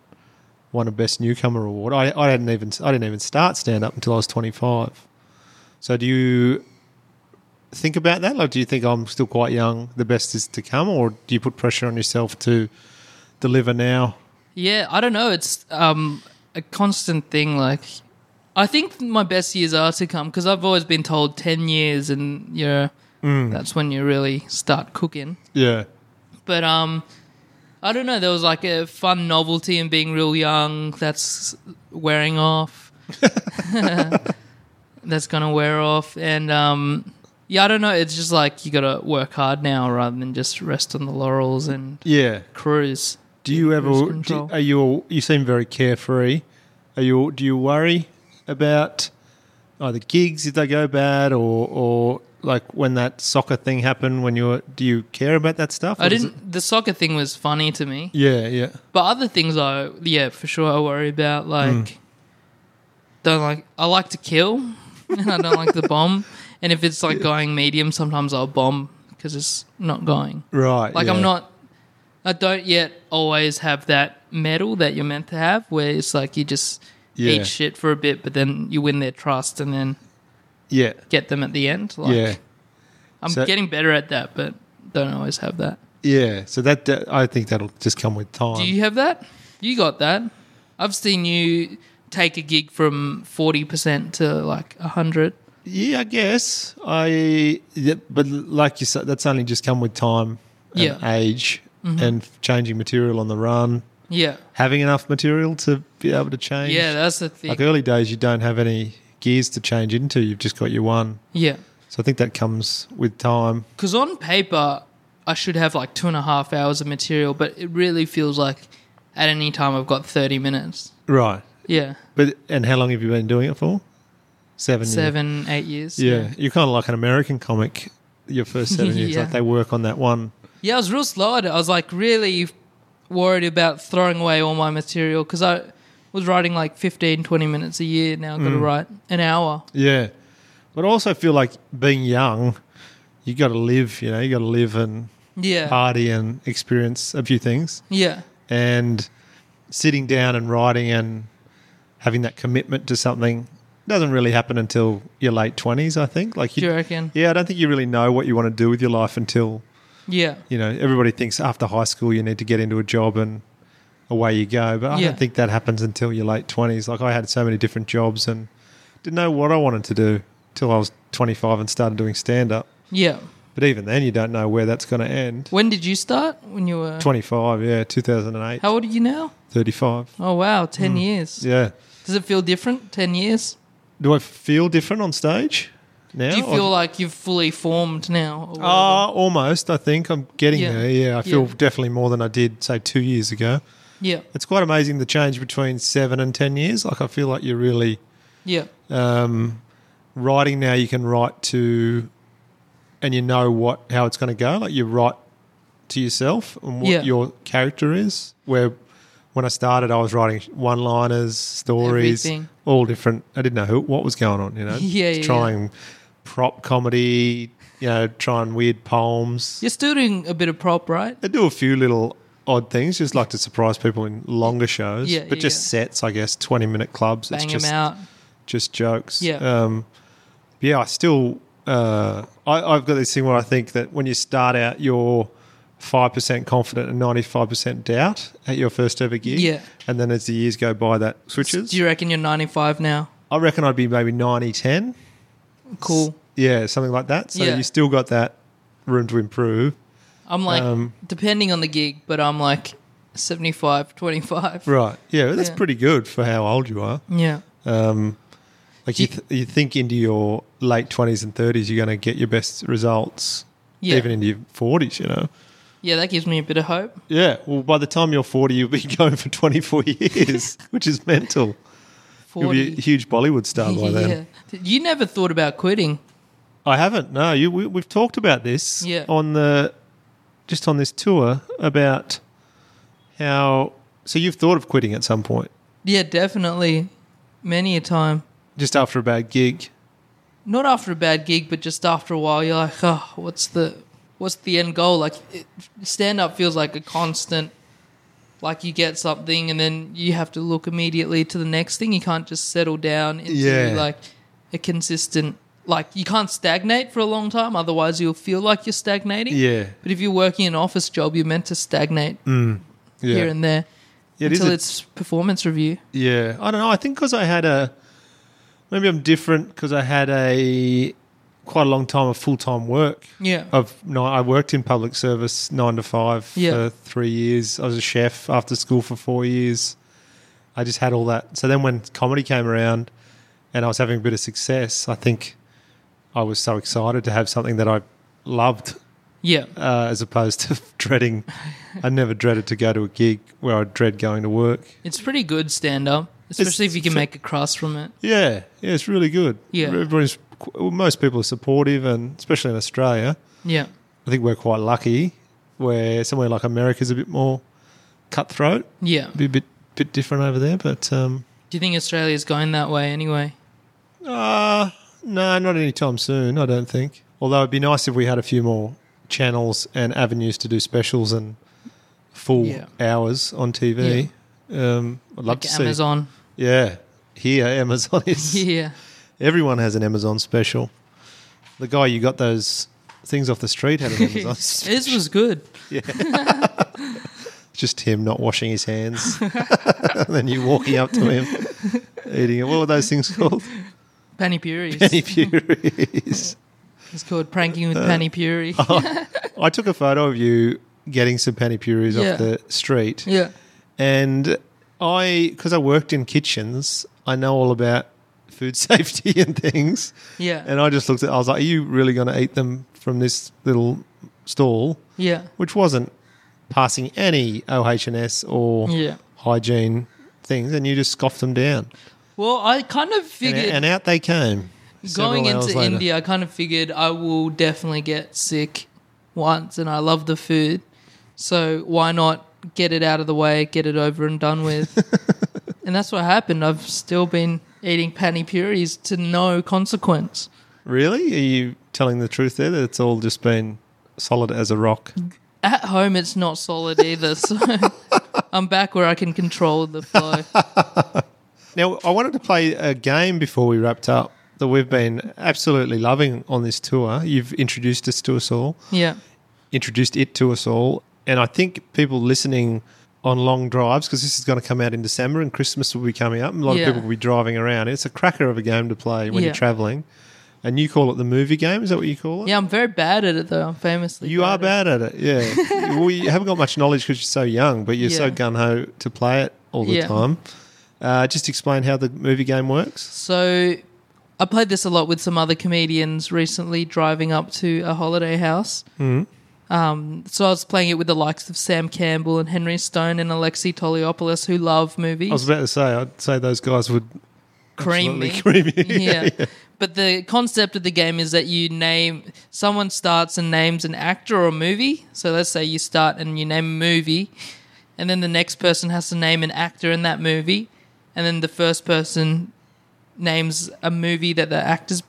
won a Best Newcomer award. I, I hadn't even I didn't even start stand up until I was 25. So do you think about that? Like, do you think I'm still quite young? The best is to come, or do you put pressure on yourself to deliver now?
yeah. I don't know. It's um, a constant thing. Like, I think my best years are to come because I've always been told ten years, and you're that's when you really start cooking.
Yeah,
But um, I don't know. There was like a fun novelty in being real young. That's wearing off. that's gonna wear off, and um, yeah, I don't know. It's just like you gotta work hard now rather than just rest on the laurels and
yeah.
cruise.
Do you ever?
Cruise
Do,
control.
are you? You seem very carefree. Are you? Do you worry about either gigs if they go bad, or or like when that soccer thing happened when you were do you care about that stuff?
I
or is it-
didn't. The soccer thing was funny to me,
Yeah, yeah.
but other things, I yeah, for sure, I worry about. Like,
Mm.
don't like. I like to kill, and I don't like the bomb. And if it's like going medium, sometimes I'll bomb because it's not going.
Right.
Like
yeah.
I'm not I don't yet always have that medal that you're meant to have where it's like you just
Yeah.
eat shit for a bit but then you win their trust and then
Yeah.
get them at the end. Like
yeah.
I'm
So-
getting better at that but don't always have that.
Yeah. So that that- I think that'll just come with time.
Do you have that? You got that. I've seen you take a gig from 40% to like 100.
yeah, I guess. I yeah, but like you said that's only just come with time and
Yeah. Mm-hmm.
age and changing material on the run,
Yeah.
having enough material to be able to change.
Yeah, that's the thing.
like early days you don't have any gears to change into, you've just got your one.
yeah.
So I think that comes with time.
Because on paper, I should have like two and a half hours of material, but it really feels like at any time I've got 30 minutes.
Right.
Yeah.
But and how long have you been doing it for? Seven. years.
Seven, eight years.
Yeah. You're kind of like an American comic. Your first seven years,
Yeah.
like they work on that one.
Yeah, I was real slow at it. I was like really worried about throwing away all my material because I was writing like 15, 20 minutes a year. Now I've got to write an hour.
Yeah. But I also feel like being young, you got to live. You know, you got to live and
Yeah.
party and experience a few things.
Yeah.
And sitting down and writing and having that commitment to something doesn't really happen until your late twenties. I think. Like,
Do you
you,
reckon?
yeah, I don't think you really know what you want to do with your life until
Yeah.
you know, everybody thinks after high school you need to get into a job and away you go. But I
Yeah.
don't think that happens until your late twenties. Like I had so many different jobs and didn't know what I wanted to do till I was twenty five and started doing stand up.
Yeah.
But even then, you don't know where that's going to end.
When did you start? When you were.
Twenty five, yeah, two thousand and eight,
How old are you now?
thirty five,
Oh, wow. 10 years.
Mm. yeah.
Does it feel different? 10 years?
Do I feel different on stage now?
Do you
Or-
feel like you've fully formed now? or whatever?
Ah, almost. I think I'm getting
Yeah.
there. Yeah, I feel
Yeah.
definitely more than I did, say, two years ago.
yeah,
It's quite amazing the change between seven and ten years. Like I feel like you're really
yeah,
um, writing now you can write to and you know what how it's going to go like you write to yourself and what
Yeah.
your character is where when i started i was writing one liners stories
Everything.
all different i didn't know who, what was going on you know
Yeah, yeah,
trying prop comedy you know trying weird poems
You're still doing a bit of prop, right?
I do a few little odd things, just like to surprise people in longer shows,
Yeah,
but
yeah,
just sets, I guess, twenty minute clubs.
Bang
it's
them
just
out.
just jokes.
Yeah.
Um, yeah, I still, uh, I, I've got this thing where I think that when you start out, you're 5% confident and 95% doubt at your first ever gig.
Yeah.
And then as the years go by, that switches.
Do you reckon you're 95 now?
I reckon I'd be maybe 90 10.
Cool.
Yeah, something like that. So
Yeah.
you still got that room to improve.
I'm like,
Um,
depending on the gig, but I'm like 75, 25.
Right. Yeah, that's
Yeah.
pretty good for how old you are.
Yeah.
Um, like you, th- you think into your late 20s and 30s, you're going to get your best results,
Yeah.
even into your 40s, you know?
yeah, that gives me a bit of hope.
Yeah. Well, by the time you're 40, you'll be going for 24 years, which is mental.
40.
You'll be a huge Bollywood star by then.
Yeah. You never thought about quitting.
I haven't. No, you, we, we've talked about this
Yeah.
on the just on this tour about how. So you've thought of quitting at some point,
Yeah, definitely. Many a time.
just after a bad gig.
not after a bad gig, but just after a while, you're like, oh, what's the what's the end goal? Like, it, stand up feels like a constant. Like you get something, and then you have to look immediately to the next thing. You can't just settle down into
Yeah.
like a consistent. Like you can't stagnate for a long time, otherwise you'll feel like you're stagnating.
Yeah. Mm.
But if you're working an office job, you're meant to stagnate
Yeah.
here and there
Yeah, it is
until
a-
it's performance review.
Yeah, I don't know. I think because I had a maybe I'm different because I had a quite a long time of full time work.
Yeah.
I've no, I worked in public service nine to five
Yeah.
for three years. I was a chef after school for four years. I just had all that. So then when comedy came around and I was having a bit of success, I think I was so excited to have something that I loved
Yeah.
uh, as opposed to dreading. I never dreaded to go to a gig where I dread going to work.
It's pretty good stand up, especially if you can
fa-
make a crust from it.
Yeah, yeah, it's really good.
Yeah.
everybody's qu- most people are supportive, and especially in Australia,
Yeah.
I think we're quite lucky. Where somewhere like America's a bit more cutthroat,
Yeah. Do
be a bit bit different over there. But um,
you think Australia's going that way anyway?
uh, no, not anytime soon. I don't think. Although it'd be nice if we had a few more channels and avenues to do specials and full
Yeah.
hours on TV. Um, I'd love
Like
to see.
Amazon.
Yeah, here Amazon is.
Yeah.
Everyone has an Amazon special. The guy you got those things off the street had an Amazon. special.
His was good.
Just him not washing his hands, and then you walking up to him, eating it. What were those things called?
Panny Puris.
Penny Uh, Furies.
it's called Pranking with Panny Puri.
oh. I took a photo of you getting some penny puris
Yeah.
off the street,
yeah.
and I, because I worked in kitchens, I know all about food safety and things.
Yeah.
And I just looked at, I was like, "Are you really going to eat them from this little stall?"
yeah.
which wasn't passing any OH&S or
Yeah.
hygiene things, and you just scoffed them down.
Well, I kind of
And,
figured
and out they came. several
going
hours
into
later.
India, I kind of figured I will definitely get sick once, and I love the food, so why not get it out of the way, get it over and done with? and that's what happened. I've still been eating pani puris to no consequence.
Really? Are you telling the truth there that it's all just been solid as a rock?
At home, it's not solid either, so I'm back where I can control the flow.
Now, I wanted to play a game before we wrapped up that we've been absolutely loving on this tour. You've introduced us to us all.
Yeah,
introduced it to us all. And I think people listening on long drives, because this is going to come out in December and Christmas will be coming up, and a lot
Yeah.
of people will be driving around. It's a cracker of a game to play when
Yeah.
you're traveling. And you call it the movie game? Is that what you call it?
yeah, I'm very bad at it though. I'm famously
You are
at it.
bad at it, yeah. well, you haven't got much knowledge because you're so young, but you're so
Yeah.
gun ho to play it all the
Yeah.
time. Uh, just explain how the movie game works.
So I played this a lot with some other comedians recently driving up to a holiday house. Mm. Um, so I was playing it with the likes of Sam Campbell and Henry Stone and Alexi Toliopoulos, who love movies.
I was about to say, I'd say those guys would
creamy.
absolutely cream you.
yeah. But the concept of the game is that you name someone starts and names an actor or a movie. So let's say you start and you name a movie, and then the next person has to name an actor in that movie, and then the first person names a movie that the actor's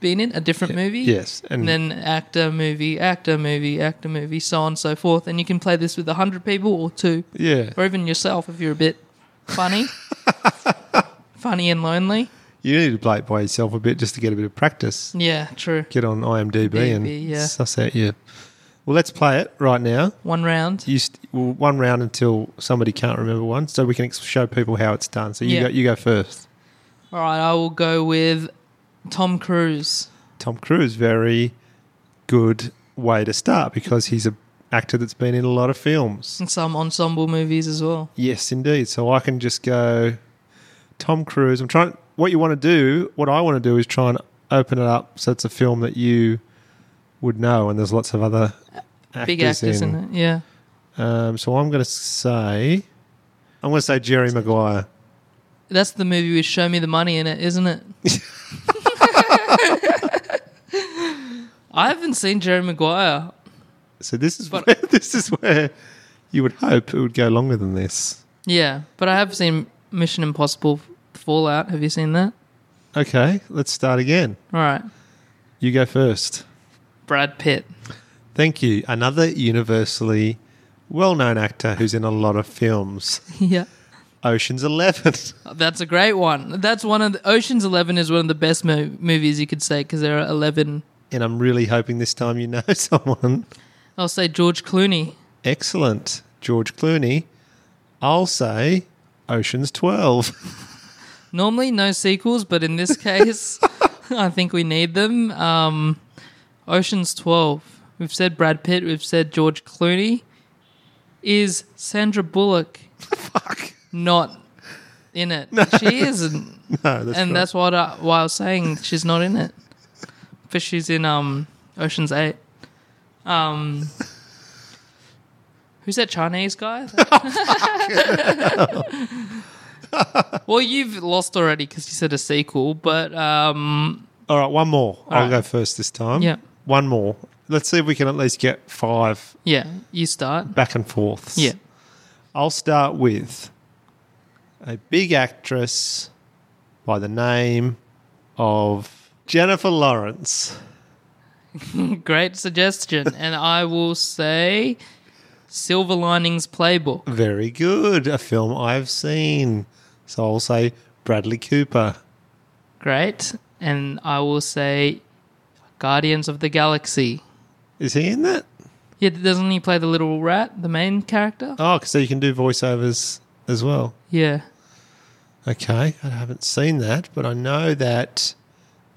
been in, a different movie.
Yes, and-
And, then actor, movie, actor, movie, actor, movie, so on and so forth. And you can play this with a hundred people or two.
Yeah.
Or even yourself if you're a bit funny. funny and lonely.
You need to play it by yourself a bit just to get a bit of practice.
Yeah, true.
get on IMDb and
DB, yeah.
suss out your. Well, let's play it right now.
One round.
You st- well, one round until somebody can't remember one, so we can ex- show people how it's done. So you
Yeah.
go, you go first.
All right, I will go with Tom Cruise.
Tom Cruise, very good way to start because he's a actor that's been in a lot of films.
and some ensemble movies as well.
Yes, indeed. So I can just go, Tom Cruise. I'm trying. What you want to do? What I want to do is try and open it up so it's a film that you would know, and there's lots of other actors
Uh, Big actors in. it. Yeah.
Um, so I'm going to say, I'm going to say Jerry Maguire.
That's the movie with Show Me the Money in it, isn't it? I haven't seen Jerry Maguire.
So this is
But-
where, this is where you would hope it would go longer than this.
Yeah, but I have seen Mission Impossible Fallout. Have you seen that?
Okay, let's start again.
All right.
You go first.
Brad Pitt.
Thank you. Another universally well-known actor who's in a lot of films.
yeah.
Ocean's Eleven.
That's a great one. That's one of the Ocean's 11 is one of the best mo- movies you could say because there are 11.
And I'm really hoping this time you know someone.
I'll say George Clooney.
Excellent. George Clooney. I'll say Ocean's 12.
Normally, no sequels, but in this case, I think we need them. Um, Ocean's 12. We've said Brad Pitt, we've said George Clooney. Is Sandra Bullock
Fuck.
not in it? She isn't.
No, that's
and
right.
that's what I, why I was saying she's not in it. But she's in um, Ocean's 8. Um, who's that Chinese guy? well, you've lost already because you said a sequel, but um,
All right, one more. I'll
right.
go first this time.
Yeah.
One more. Let's see if we can at least get five
Yeah, you start.
back and forths.
Yeah.
I'll start with a big actress by the name of Jennifer Lawrence.
Great suggestion. and I will say Silver Linings Playbook.
Very good. A film I've seen. So I'll say Bradley Cooper.
Great. And I will say Guardians of the Galaxy.
Is he in that?
Yeah, doesn't he play the little rat, the main character?
Oh, 'cause so you can do voiceovers as well.
Yeah.
Okay, I haven't seen that, but I know that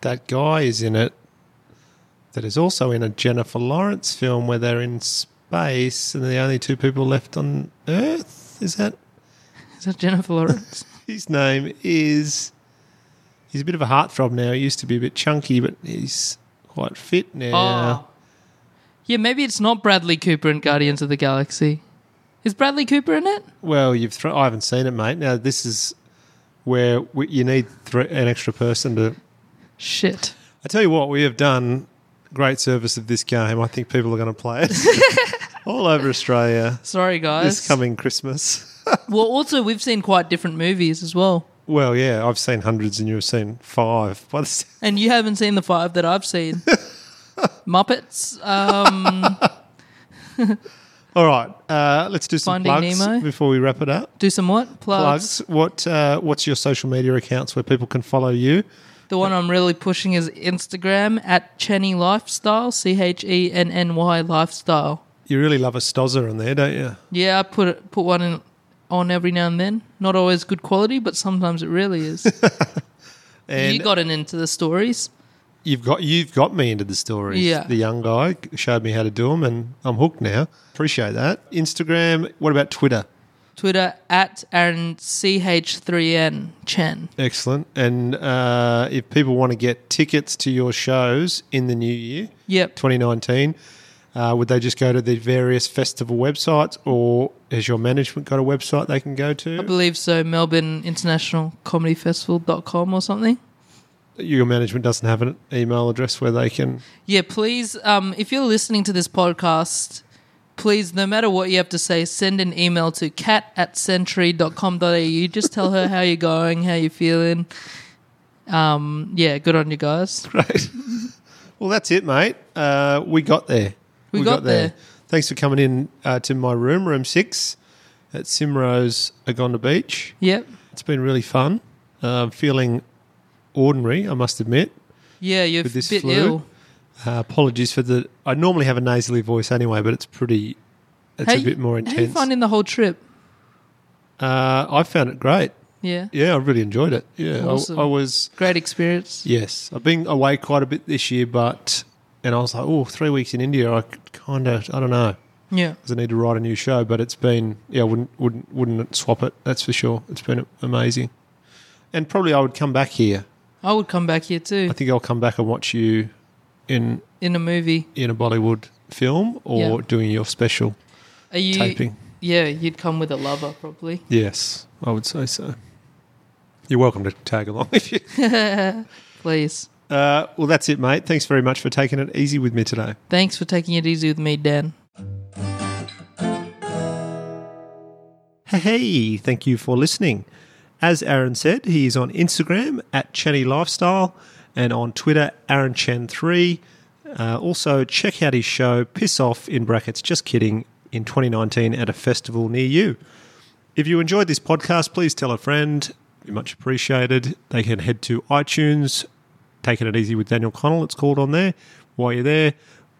that guy is in it. That is also in a Jennifer Lawrence film where they're in space and the only two people left on Earth. Is that
Is that Jennifer Lawrence?
his name? Is he's a bit of a heartthrob now. He used to be a bit chunky, but he's quite fit now.
Oh. Yeah, maybe it's not Bradley Cooper in Guardians of the Galaxy. Is Bradley Cooper in it?
Well, you've thro- I haven't seen it, mate. Now this is where we- you need thr an extra person to
Shit.
I tell you what, we have done great service of this game. I think people are going to play it all over Australia
Sorry, guys.
this coming Christmas.
Well, also, we've seen quite different movies as well.
Well, yeah, I've seen hundreds and you've seen five. By the s-
And you haven't seen the five that I've seen. Muppets. Um,
All right, uh, let's do some
Finding
plugs
Nemo?
before we wrap it up.
do some what? Plugs.
Plugs. What? Uh, what's your social media accounts where people can follow you?
The one I'm really pushing is Instagram at Chenny Lifestyle, C H E N N Y Lifestyle.
You really love a stozzer on there, don't you?
Yeah, I put it, put one in, on every now and then. Not always good quality, but sometimes it really is.
And
you got it into the stories.
You've got you've got me into the stories.
Yeah.
The young guy showed me how to do them, and I'm hooked now. Appreciate that. Instagram. What about Twitter?
Twitter at Aaron CH3N Chen.
Excellent. And uh, if people want to get tickets to your shows in the new year,
Yep.
2019, uh, would they just go to the various festival websites or has your management got a website they can go
I
to?
believe so. Melbourne International Comedy Festival.com or something.
Your management doesn't have an email address where they can.
Yeah, please, um, if you're listening to this podcast, please, no matter what you have to say, send an email to cat at century.com.au. Just tell her how you're going, how you're feeling. Um, yeah, good on you guys.
Great. well, that's it, mate. Uh, we got there.
We got there.
Thanks for coming in uh, to my room, room six at Simrose, Agonda Beach.
Yep.
It's been really fun. Uh, feeling ordinary, I must admit.
Yeah, you're a
With this
bit
flu?
ill.
Uh, apologies for the. I normally have a nasally voice anyway, but it's pretty. It's
How
a
you-
bit more
How you
intense.
finding the whole trip?
uh, I found it great.
Yeah.
Yeah, I really enjoyed it. Yeah, I-
Awesome.
I, was.
Great experience.
Yes, I've been away quite a bit this year, but and I was like, oh, three weeks in India. I kind of, I don't know,
Yeah.
because I need to write a new show. But it's been, yeah, I wouldn't, wouldn't, wouldn't swap it. That's for sure. It's been amazing, and probably I would come back here.
I would come back here too
I think I'll come back and watch you in
in a movie.
in a Bollywood film or
Yeah.
doing your special
Are you
taping.
Yeah, you'd come with a lover probably.
Yes, I would say so. You're welcome to tag along if you.
Please.
Uh, well, that's it, mate. Thanks very much for taking it easy with me today.
Thanks for taking it easy with me, Dan.
Hey, thank you for listening. As Aaron said, he is on Instagram at Chenny Lifestyle and on Twitter, Aaron Chen3. Uh, also, check out his show, Piss Off, in brackets, just kidding, in 2019 at a festival near you. If you enjoyed this podcast, please tell a friend. It'd be much appreciated. They can head to iTunes, Taking It Easy with Daniel Connell, it's called on there. While you're there,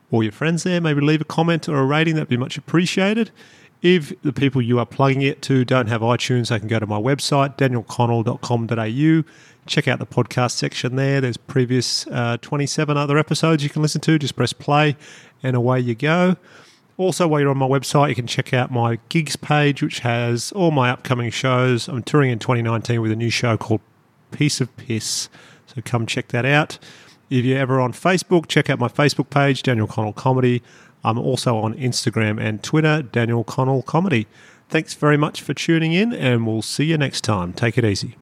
or your friends there, maybe leave a comment or a rating. That'd be much appreciated. If the people you are plugging it to don't have iTunes, they can go to my website, danielconnell.com.au. Check out the podcast section there. There's previous uh, 27 other episodes you can listen to. Just press play and away you go. Also, while you're on my website, you can check out my gigs page, which has all my upcoming shows. I'm touring in 2019 with a new show called Piece of Piss. So come check that out. If you're ever on Facebook, check out my Facebook page, Daniel Connell Comedy. I'm also on Instagram and Twitter, Daniel Connell Comedy. Thanks very much for tuning in, and we'll see you next time. Take it easy.